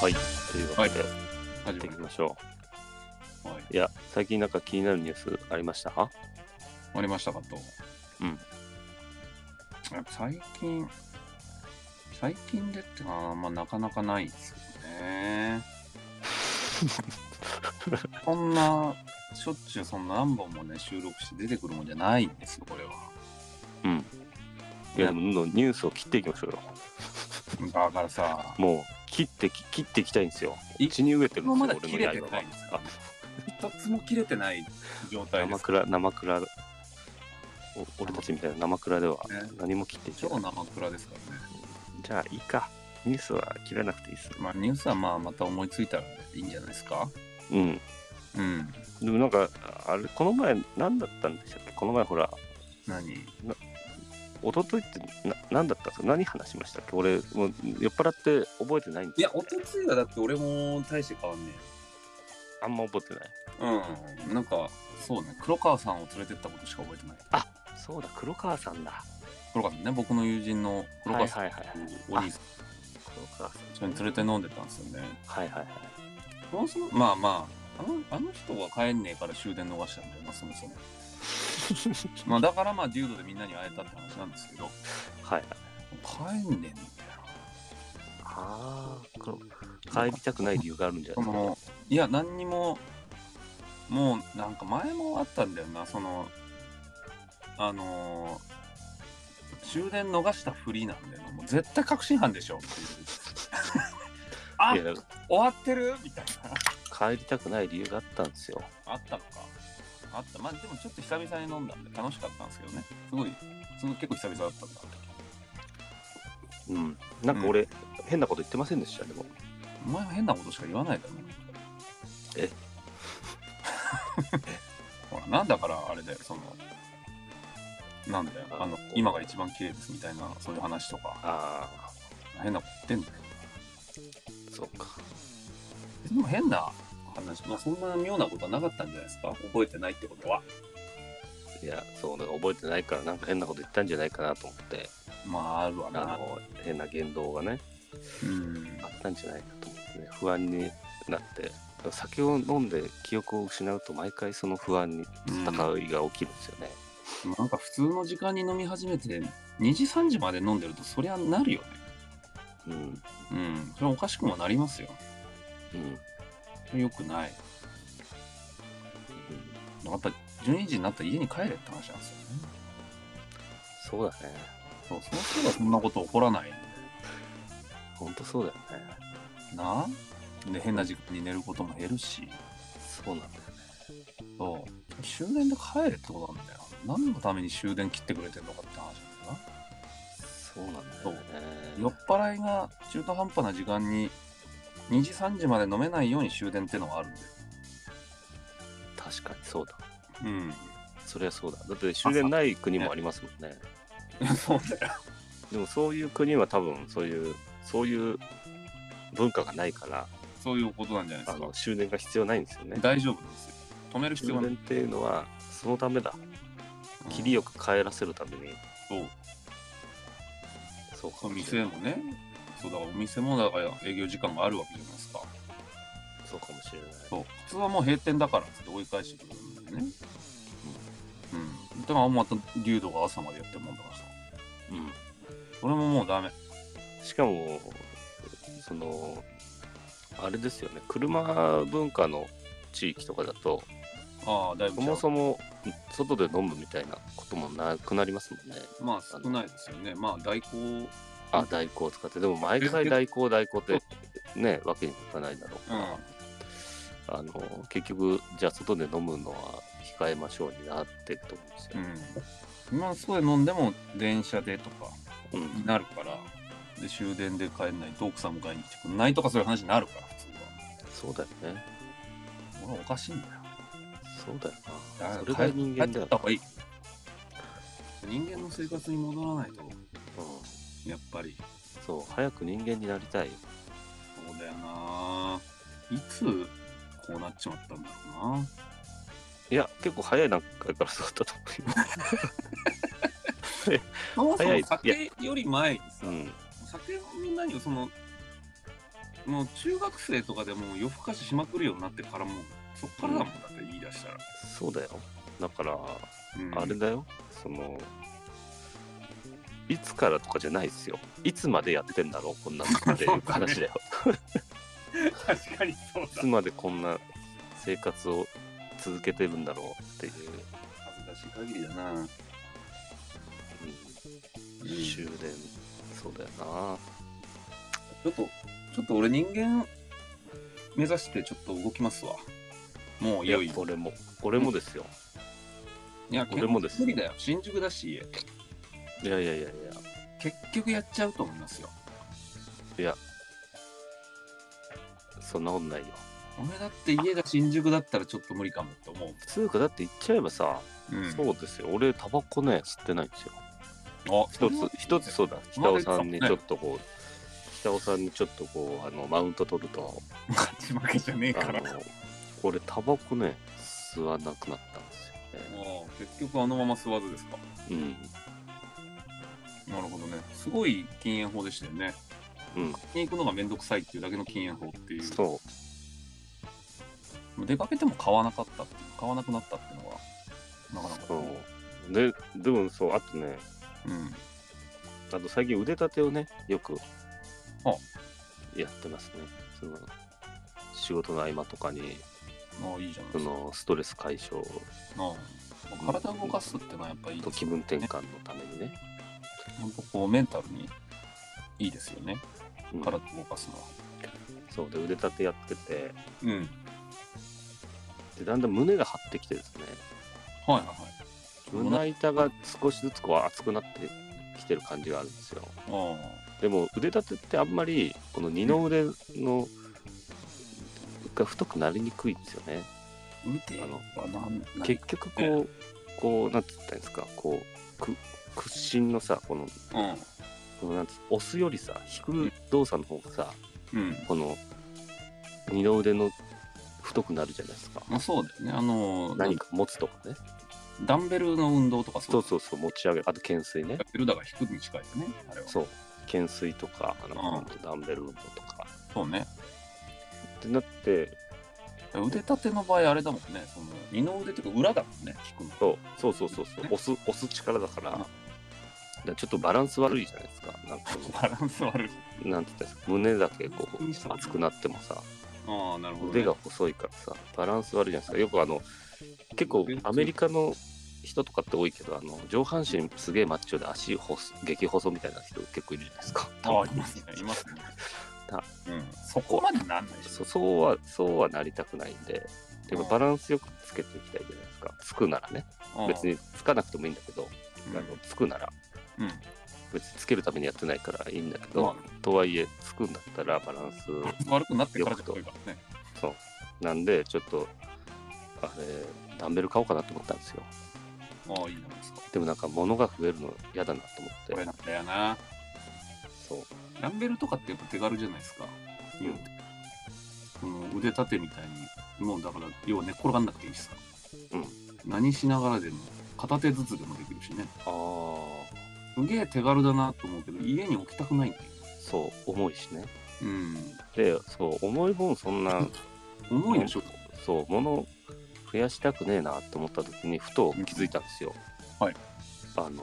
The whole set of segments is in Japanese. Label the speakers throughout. Speaker 1: はい。というわけで、や
Speaker 2: 始
Speaker 1: ってい
Speaker 2: ま
Speaker 1: きましょ。
Speaker 2: り。はいう
Speaker 1: いや、最近なんか気になるニュースありましたは
Speaker 2: ありましたかと。
Speaker 1: うん。
Speaker 2: やっぱ最近、最近でってあーまあ、なかなかないですよ ね。こんな、しょっちゅうそんな何本もね、収録して出てくるもんじゃないんですよ、これは。
Speaker 1: うん。いや、でもどんどんニュースを切っていきましょうよ。
Speaker 2: だからさ、
Speaker 1: もう、切ってき、切っていきたいんですよ。
Speaker 2: い
Speaker 1: 血に飢えてるん
Speaker 2: もうまだ
Speaker 1: です
Speaker 2: 切
Speaker 1: よ、俺
Speaker 2: れて
Speaker 1: の刃
Speaker 2: ないんですか
Speaker 1: は。
Speaker 2: 一つも切れてない状
Speaker 1: あ
Speaker 2: 態で
Speaker 1: 生
Speaker 2: す。
Speaker 1: クラ、生クラ、お俺たちみたいな生クラでは
Speaker 2: ね
Speaker 1: 何も切っていけ
Speaker 2: 超
Speaker 1: ない。
Speaker 2: 生クラですからね。
Speaker 1: じゃあ、いいか。ニュースは切らなくていいっすね。
Speaker 2: まあ、ニュースはまあ、また思いついたらいいんじゃないですか。
Speaker 1: うん。
Speaker 2: うん。
Speaker 1: でもなんか、あれ、この前、何だったんでしたっけこの前、ほら、
Speaker 2: 何
Speaker 1: 一昨日ってな何だったんですか何話しましたっけ俺もう酔っ払って覚えてないんです
Speaker 2: いや、
Speaker 1: よ
Speaker 2: おとついはだって俺も大して変わんね
Speaker 1: あんま覚えてない
Speaker 2: え。うん。なんか、そうね、黒川さんを連れてったことしか覚えてない。
Speaker 1: そうだ黒川さんだ
Speaker 2: 黒川さんね、僕の友人の黒川さん、
Speaker 1: はいはいはいはい
Speaker 2: お兄さん、
Speaker 1: 黒川さん
Speaker 2: 一緒に連れて飲んでたんですよね。
Speaker 1: はいはいはい
Speaker 2: そもそも、まあまあ、あのあの人が帰んねえから終電逃したんだよな、そも そも。まあだからまあ、デュードでみんなに会えたって話なんですけど、
Speaker 1: はいはい
Speaker 2: 帰んねえんだよ
Speaker 1: ああ黒帰りたくない理由があるんじゃ
Speaker 2: な。そ
Speaker 1: ないです
Speaker 2: の、いや、何にも、もうなんか前もあったんだよな、その、あのー終電逃したふりなんだよな。もう絶対確信犯でしょっていうあ
Speaker 1: かい
Speaker 2: 終
Speaker 1: やだか
Speaker 2: わってるみたいな。
Speaker 1: ら帰りたくない理由があったんですよ
Speaker 2: あったのか。あった。まあでもちょっと久々に飲んだんで楽しかったんですけどね。すごい、すごい結構久々だったんだ。
Speaker 1: うんなんか俺、変なこと言ってませんでしたでも
Speaker 2: お前は変なことしか言わないだろ。
Speaker 1: え
Speaker 2: ほら、なんだからあれだよ、その、なんだよ、あの、今が一番綺麗ですみたいな、そういう話とか、
Speaker 1: ああ
Speaker 2: 変なこと言ってんだよ。
Speaker 1: そうか
Speaker 2: でも変な話、まあそんな妙なことはなかったんじゃないですか覚えてないってことは。
Speaker 1: いやそうだから覚えてないからなんか変なこと言ったんじゃないかなと思って
Speaker 2: まああるわ
Speaker 1: あ
Speaker 2: な。
Speaker 1: の変な言動がね
Speaker 2: うん
Speaker 1: あ。ったんじゃないかと思って、ね、不安になって酒を飲んで記憶を失うと毎回その不安に戦いが起きるんですよね、
Speaker 2: なんか普通の時間に飲み始めて2時3時まで飲んでるとそりゃなるよね。
Speaker 1: うん
Speaker 2: うん。それはおかしくもなりますよ。
Speaker 1: うん
Speaker 2: よくない。やっぱ12時になったら家に帰れって話なんですよね。
Speaker 1: そうだね
Speaker 2: そう、そうすればそんなこと起こらない。
Speaker 1: ほんとそうだよね
Speaker 2: なで、変な時間に寝ることも減るし。
Speaker 1: そうなんだよね
Speaker 2: そう。終電で帰れってことなんだよ。何のために終電切ってくれてんのかって話なんだよ
Speaker 1: そうなんだよね
Speaker 2: な。酔っ払いが中途半端な時間に2時3時まで飲めないように終電ってのはあるんだよ。
Speaker 1: 確かにそうだ
Speaker 2: うん。
Speaker 1: そりゃそうだだって終電ない国もありますもんね
Speaker 2: そうだよ
Speaker 1: でもそういう国は多分そういうそういう文化がないから
Speaker 2: そういうことなんじゃないで
Speaker 1: あ
Speaker 2: すか
Speaker 1: の。終電が必要ないんですよね
Speaker 2: 大丈夫なんですよ。止める必
Speaker 1: 終
Speaker 2: 要はない。
Speaker 1: 電っていうのはそのためだ切りよく帰らせるために
Speaker 2: そう。
Speaker 1: そうか
Speaker 2: お
Speaker 1: もしれな
Speaker 2: 店
Speaker 1: い
Speaker 2: もね、そうだからお店もだから営業時間があるわけじゃないですか。
Speaker 1: そうかもしれない
Speaker 2: そう。普通はもう閉店だからっつって追い返してくるんだよね。うん。でもまた流動が朝までやってるもんだからさ。
Speaker 1: うん
Speaker 2: それももうダメ。
Speaker 1: しかもそのあれですよね車文化の地域とかだと
Speaker 2: ああ、だいぶ
Speaker 1: そ
Speaker 2: 違う
Speaker 1: もそも外で飲むみたいなこともなくなりますもんね
Speaker 2: まあ少ないですよね。まあ代行、うん。
Speaker 1: あ代行を使ってでも毎回代行代行ってねわけにいかないだろうから、あの結局じゃあ外で飲むのは控えましょうになっていくと思うんですよ、
Speaker 2: うん。まあそう飲んでも電車でとか
Speaker 1: うん
Speaker 2: になるから、で終電で帰んないと奥さん迎えに来てくんないとかそういう話になるから、普通は。
Speaker 1: そうだよね
Speaker 2: これはおかしいんだよ。
Speaker 1: そうだよ
Speaker 2: だ
Speaker 1: な
Speaker 2: か
Speaker 1: それ
Speaker 2: ら
Speaker 1: が人間
Speaker 2: 帰
Speaker 1: だ
Speaker 2: っ
Speaker 1: よ
Speaker 2: た方がいい。人間の生活に戻らないと、
Speaker 1: うん
Speaker 2: やっぱり。
Speaker 1: そう早く人間になりたいよ
Speaker 2: そうだよな。いつ、こうなっちまったんだろうな。
Speaker 1: いや、結構早い段階からそうだったと思 うよ。
Speaker 2: そもそ
Speaker 1: 早い
Speaker 2: も
Speaker 1: いや
Speaker 2: 酒より前にさ、
Speaker 1: うん。
Speaker 2: 酒の何をその、もう中学生とかでもう夜更かししまくるようになってからもうそっからだもんだって言い出したら、
Speaker 1: そうだよ。だから、
Speaker 2: うん
Speaker 1: あれだよ。その、いつからとかじゃないですよ。いつまでやってんだろう、こんなのっていう話 だよ。
Speaker 2: 確かにそう
Speaker 1: い
Speaker 2: だ
Speaker 1: つまでこんな生活を続けてるんだろうっていう、
Speaker 2: 恥ずかしい限りだな、うん
Speaker 1: うん終電、そうだよな。
Speaker 2: ちょっと、ちょっと俺人間目指してちょっと動きますわ。もういよいよ。
Speaker 1: 俺も、俺もですよ。
Speaker 2: いや、
Speaker 1: 俺もです
Speaker 2: 無理だよ。新宿だし、家
Speaker 1: いやいやいやいや、
Speaker 2: 結局やっちゃうと思いますよ。
Speaker 1: そんなことないよ。
Speaker 2: 俺だって家が新宿だったらちょっと無理かもって思う。
Speaker 1: つうか、だって言っちゃえばさ、
Speaker 2: うん
Speaker 1: そうですよ。俺、タバコね、吸ってないんですよ。
Speaker 2: あ
Speaker 1: 一つ、一つそうだ。北尾さんにちょっとこう、北尾さんにちょっとこう、あの、マウント取ると、
Speaker 2: 勝ち負けじゃねえ
Speaker 1: あ
Speaker 2: から。
Speaker 1: の、俺、タバコね、吸わなくなったんですよね。
Speaker 2: もう結局あのまま吸わずですか。
Speaker 1: うん。
Speaker 2: なるほどね。すごい禁煙法でしたよね。
Speaker 1: うん、
Speaker 2: に行くのがめんどくさいっていうだけの禁煙法っていう。
Speaker 1: そう。
Speaker 2: 出かけても買わなかったっていう買わなくなったっていうのが、なかなか。
Speaker 1: そうででもそうあとね
Speaker 2: うん。
Speaker 1: あと最近腕立てをねよく
Speaker 2: あ
Speaker 1: やってますねその仕事の合間とかに
Speaker 2: ああ、いいじゃない
Speaker 1: そ
Speaker 2: ですか。
Speaker 1: のストレス解消
Speaker 2: うんまあ体を動かすってのはやっぱいいで
Speaker 1: と
Speaker 2: す
Speaker 1: 気分転換のためにね、
Speaker 2: ほんとこうメンタルにいいですよね
Speaker 1: うん
Speaker 2: 体を動かすのは
Speaker 1: そうで腕立てやってて
Speaker 2: うんはい
Speaker 1: でだんだん胸が張ってきてですね
Speaker 2: はいはい
Speaker 1: 胸板が少しずつこう熱くなってきてる感じがあるんですよ
Speaker 2: あ
Speaker 1: でも腕立てってあんまりこの二の腕のが太くなりにくいんですよね
Speaker 2: あ腕はなんなん
Speaker 1: 結局こう、こう、なんつったらいいんですか、こう、く屈伸のさ、この、このなんつ押すよりさ、引く動作の方がさ、
Speaker 2: うんうん
Speaker 1: この、二の腕の太くなるじゃないですか。
Speaker 2: まあそうだよねあの
Speaker 1: 何か持つとかね。
Speaker 2: ダンベルの運動とか
Speaker 1: そう
Speaker 2: う
Speaker 1: そうそう、持ち上げる。あと、懸垂ね
Speaker 2: ダン。ベルだから引くに近いよねあれは
Speaker 1: そう。懸垂とか、あの、
Speaker 2: うん
Speaker 1: ほんとダンベル運動とか。
Speaker 2: そうね
Speaker 1: ってなって、
Speaker 2: 腕立ての場合あれだもんねその二の腕っていうか裏だもんね引くの
Speaker 1: そうそうそうそうそう、押す、押す力だから、
Speaker 2: うん
Speaker 1: だからちょっとバランス悪いじゃないですか。なんか、
Speaker 2: バランス悪い
Speaker 1: なんて言ったらいいんですか、胸だけこう、熱くなってもさ、
Speaker 2: ああなるほど、ね、
Speaker 1: 腕が細いからさバランス悪いじゃないですかよくあの結構アメリカの人とかって多いけどあの上半身すげえマッチョで足細激細みたいな人結構いるじゃないですか
Speaker 2: ああいますねいますね
Speaker 1: だ
Speaker 2: うんそこまでなんないでしょ
Speaker 1: そそうはそうはなりたくないんででも
Speaker 2: うん
Speaker 1: バランスよくつけていきたいじゃないですかつくならね別につかなくてもいいんだけど、
Speaker 2: うん
Speaker 1: あのつくなら
Speaker 2: うん
Speaker 1: 別につけるためにやってないからいいんだけど、
Speaker 2: まあ
Speaker 1: とはいえつくんだったらバランス
Speaker 2: 悪くなってからじゃないからね。
Speaker 1: なんでちょっとあれダンベル買おうかなと思ったんですよ
Speaker 2: ああ、いいじゃないですか。
Speaker 1: でもなんか物が増えるの嫌だなと思って
Speaker 2: これなんだよな。
Speaker 1: そう
Speaker 2: ダンベルとかってやっぱ手軽じゃないですか。
Speaker 1: うん
Speaker 2: うんその腕立てみたいに、もうだから、要は寝っ転がんなくていいしさ。
Speaker 1: うん。
Speaker 2: 何しながらでも、片手ずつでもできるしね。
Speaker 1: ああ
Speaker 2: すげえ手軽だなと思うけど、家に置きたくないんだよ。
Speaker 1: そう重いしね
Speaker 2: うん。
Speaker 1: でそう重い分そんな
Speaker 2: 重いでしょ。
Speaker 1: そう物増やしたくねえなって思った時にふと気づいたんですよ、
Speaker 2: うんはい
Speaker 1: あの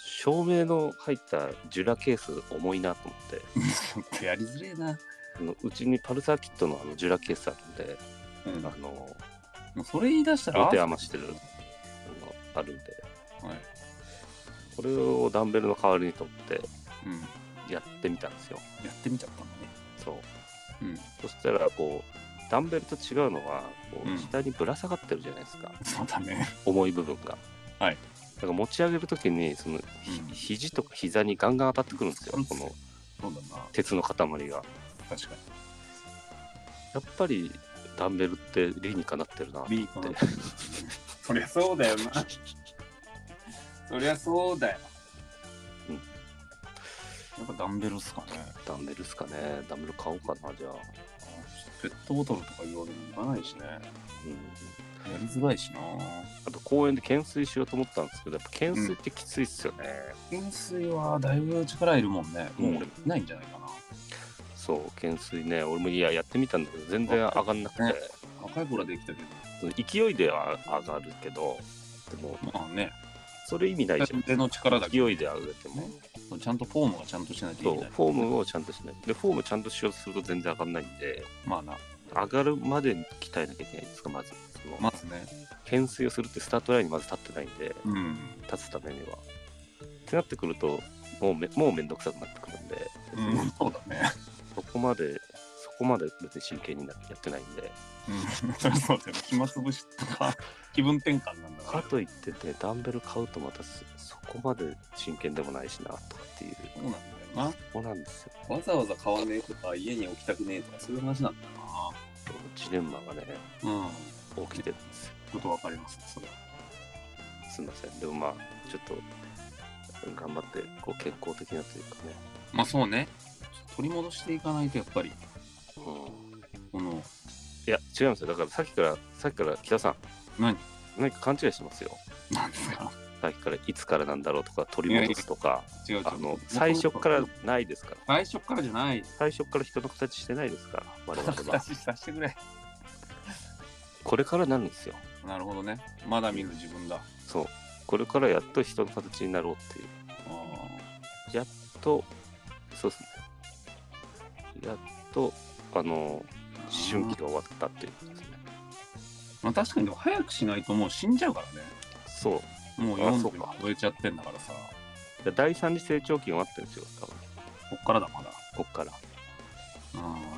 Speaker 1: 照明の入ったジュラケース重いなと思って
Speaker 2: ちょっとやりづれえな。
Speaker 1: あのうちにパルサーキットのあのジュラケースあるんで
Speaker 2: うん。
Speaker 1: あ
Speaker 2: も
Speaker 1: の
Speaker 2: うそれ言い出したら、
Speaker 1: 持て余してるあのあるんで
Speaker 2: はい。
Speaker 1: これをダンベルの代わりにとって
Speaker 2: うん。
Speaker 1: やってみたんですよ
Speaker 2: やってみちゃったんだね。
Speaker 1: そう
Speaker 2: うん。
Speaker 1: そしたらこうダンベルと違うのはこ
Speaker 2: うん
Speaker 1: う下にぶら下がってるじゃないですか、
Speaker 2: そうだね。
Speaker 1: 重い部分が。
Speaker 2: はい
Speaker 1: だから持ち上げるときにその、ひ
Speaker 2: うん
Speaker 1: 肘とか膝にガンガン当たってくるんですよ
Speaker 2: そう
Speaker 1: この
Speaker 2: そうだな。
Speaker 1: 鉄の塊が。
Speaker 2: 確かに。
Speaker 1: やっぱりダンベルって理にかなってるなって。
Speaker 2: リーコのそりゃそうだよなそりゃそうだよ
Speaker 1: うん
Speaker 2: やっぱダンベルっすかね
Speaker 1: ダンベルっすかねダンベル買おうかなじゃあ。
Speaker 2: ペットボトルとか言われるのいかないしねや
Speaker 1: うん
Speaker 2: りづらいしな
Speaker 1: あと公園で懸垂しようと思ったんですけどやっぱ懸垂ってきついっすよね、
Speaker 2: 懸垂はだいぶ力いるもんねもう
Speaker 1: う
Speaker 2: 俺
Speaker 1: ん
Speaker 2: いないんじゃないかな、
Speaker 1: そう、懸垂ね、俺もいや、やってみたんだけど、全然上がんなくて、
Speaker 2: ね若い頃はできたけど
Speaker 1: その勢いでは上がるけど、でも、
Speaker 2: まあね
Speaker 1: それ意味ないじゃん。
Speaker 2: 手の力だけ
Speaker 1: 勢いで上げても、
Speaker 2: ちゃんとフォームがちゃんとしないと
Speaker 1: そ
Speaker 2: いうけない
Speaker 1: フォームをちゃんとしない。で、フォームちゃんとしようとすると全然上がんないんで、
Speaker 2: まあな
Speaker 1: 上がるまでに鍛えなきゃいけないんですか、まず。その
Speaker 2: まずね
Speaker 1: 懸垂をするってスタートラインにまず立ってないんで、
Speaker 2: うん
Speaker 1: 立つためには。ってなってくると、もうめもうめんどくさくなってくるんで、
Speaker 2: うんそうだね
Speaker 1: そこまで、そこまで別に真剣になってやってないんで、
Speaker 2: うんそりゃそうだよ暇つぶしとか気分転換なんだか
Speaker 1: からといってね、ダンベル買うとまたそそこまで真剣でもないしなとかっていう、
Speaker 2: そうなんだよな
Speaker 1: そこなんですよ。
Speaker 2: わざわざ買わねえとか家に置きたくねえとかそういう話なんだよ
Speaker 1: ジレンマがね、
Speaker 2: なうん
Speaker 1: 起きてるんですよ。
Speaker 2: ちょっとわかりますねそれは
Speaker 1: すいません。でもまあ、ちょっと、頑張って、こう、健康的なというかね。
Speaker 2: まあそうね取り戻していかないとやっぱり
Speaker 1: うん、
Speaker 2: この
Speaker 1: いや、違いますよ。だからさっきから、さっきから、北さん、
Speaker 2: 何
Speaker 1: 何か勘違いしてますよ。
Speaker 2: なんですか
Speaker 1: さっきから、いつからなんだろうとか、取り戻すとか、
Speaker 2: 違う違う
Speaker 1: あの、最初からないですから。
Speaker 2: 最初からじゃない
Speaker 1: 最初から人の形してないですから、我々は。
Speaker 2: 私させてくれ
Speaker 1: これからなんですよ。
Speaker 2: なるほどねまだ見ぬ自分だ
Speaker 1: そう。これからやっと人の形になろうっていう。
Speaker 2: ああ
Speaker 1: やっと、そうですね。やっと、あの、思春期が終わったっていうことですね。
Speaker 2: まあ確かにでも早くしないともう死んじゃうからね
Speaker 1: そう。
Speaker 2: もう
Speaker 1: あそう
Speaker 2: 40
Speaker 1: か
Speaker 2: 超えちゃってんだからさ
Speaker 1: で第三次成長期が終わってるんですよ、多分
Speaker 2: こっからだまだ
Speaker 1: こっから。
Speaker 2: あ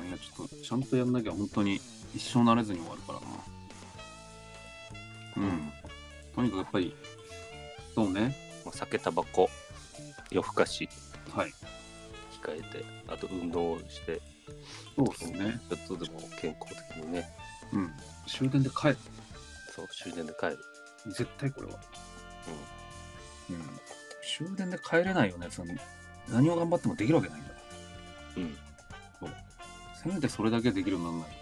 Speaker 2: あいやちょっとちゃんとやんなきゃ本当に一生慣れずに終わるからなうんとにかくやっぱりそうね
Speaker 1: まあ、酒、タバコ、夜更かし
Speaker 2: はい
Speaker 1: 控えて、あと運動をして、
Speaker 2: そうですね
Speaker 1: ちょっとでも健康的にね、
Speaker 2: うん終電で帰る
Speaker 1: そう、終電で帰る。
Speaker 2: 絶対これはうん、終電で帰れないよねその何を頑張ってもできるわけないんだから
Speaker 1: うん。うん。
Speaker 2: せめてそれだけできるようにならない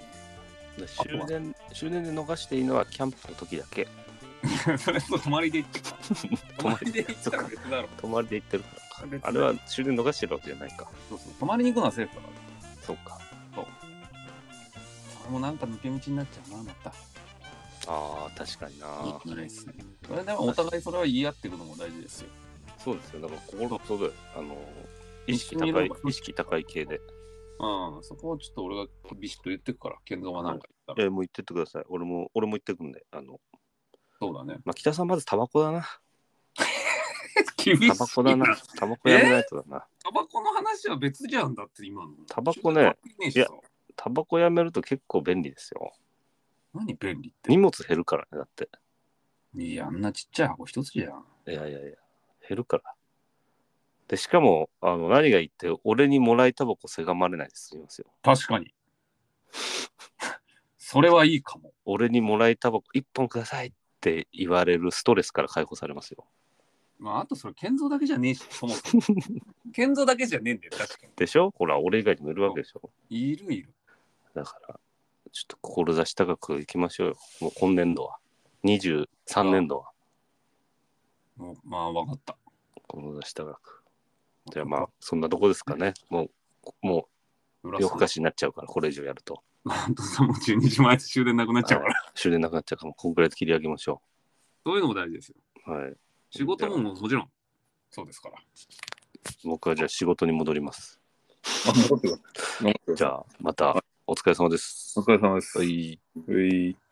Speaker 1: で
Speaker 2: あとは
Speaker 1: 終電、終電で逃していいのはキャンプの時だけ。
Speaker 2: と それと泊まりで行ってた泊まりで行ってたら別だろ
Speaker 1: 泊まりで行ってるから。
Speaker 2: 別だ
Speaker 1: あれは終電逃してるわけじゃないか。
Speaker 2: そうそう泊まりに行くのはセーフだから
Speaker 1: そうか。
Speaker 2: それもなんか抜け道になっちゃうなまた
Speaker 1: ああ、確かにな。
Speaker 2: 良くないっすねそれでもお互いそれは言い合っていくのも大事ですよ
Speaker 1: そうですよ。だから心とで、あの、意
Speaker 2: 一
Speaker 1: 識
Speaker 2: 緒にいる
Speaker 1: 高い
Speaker 2: のが、
Speaker 1: 意識高い系で。
Speaker 2: うんそこをちょっと俺がビシッと言ってくから健三はなんか言ったら
Speaker 1: えもう言ってってください。俺も、俺も言ってくんで。あの、
Speaker 2: そうだね
Speaker 1: まあ、北さんまずタバコだな。
Speaker 2: 厳しい
Speaker 1: タバコだな。タバコやめないとだな。
Speaker 2: タバコの話は別じゃんだって今の
Speaker 1: タバコね
Speaker 2: えしさ
Speaker 1: いやタバコやめると結構便利ですよ。
Speaker 2: 何便利って
Speaker 1: 荷物減るからね、だって。
Speaker 2: いや、あんなちっちゃい箱一つじゃん。
Speaker 1: いやいやいや、減るから。で、しかも、あの、何が言って、俺にもらいタバコせがまれないで済みますよ。
Speaker 2: 確かに。 それはいいかも。
Speaker 1: 俺にもらいタバコ一本くださいって言われるストレスから解放されますよ。
Speaker 2: まあ、あとそれ、建造だけじゃねえし、そも そも。建造だけじゃねえんだよ、確か
Speaker 1: でしょほら、俺以外にもいるわけでしょ。
Speaker 2: に。いるいる。
Speaker 1: だから、ちょっと志高くいきましょうよ。もう今年度は。23年度は。
Speaker 2: もうまあ、わかった。
Speaker 1: 志高く。じゃあまあ、そんなとこですかね。もう、もう、
Speaker 2: 裏
Speaker 1: 夜更か
Speaker 2: し。
Speaker 1: しになっちゃうから、これ以上やると。
Speaker 2: 本当さ、もう12時前で終電なくなっちゃうから。
Speaker 1: 終電なくなっちゃうから、もうこんくらいで切り上げましょ
Speaker 2: そういうのも大事ですよ。
Speaker 1: う。はい。
Speaker 2: 仕事ももちろん、そうですから。
Speaker 1: 僕はじゃあ仕事に戻ります。
Speaker 2: あ、戻ってください。
Speaker 1: じゃあ、また、お疲れ様です。
Speaker 2: お疲れ様です。
Speaker 1: はい。
Speaker 2: はい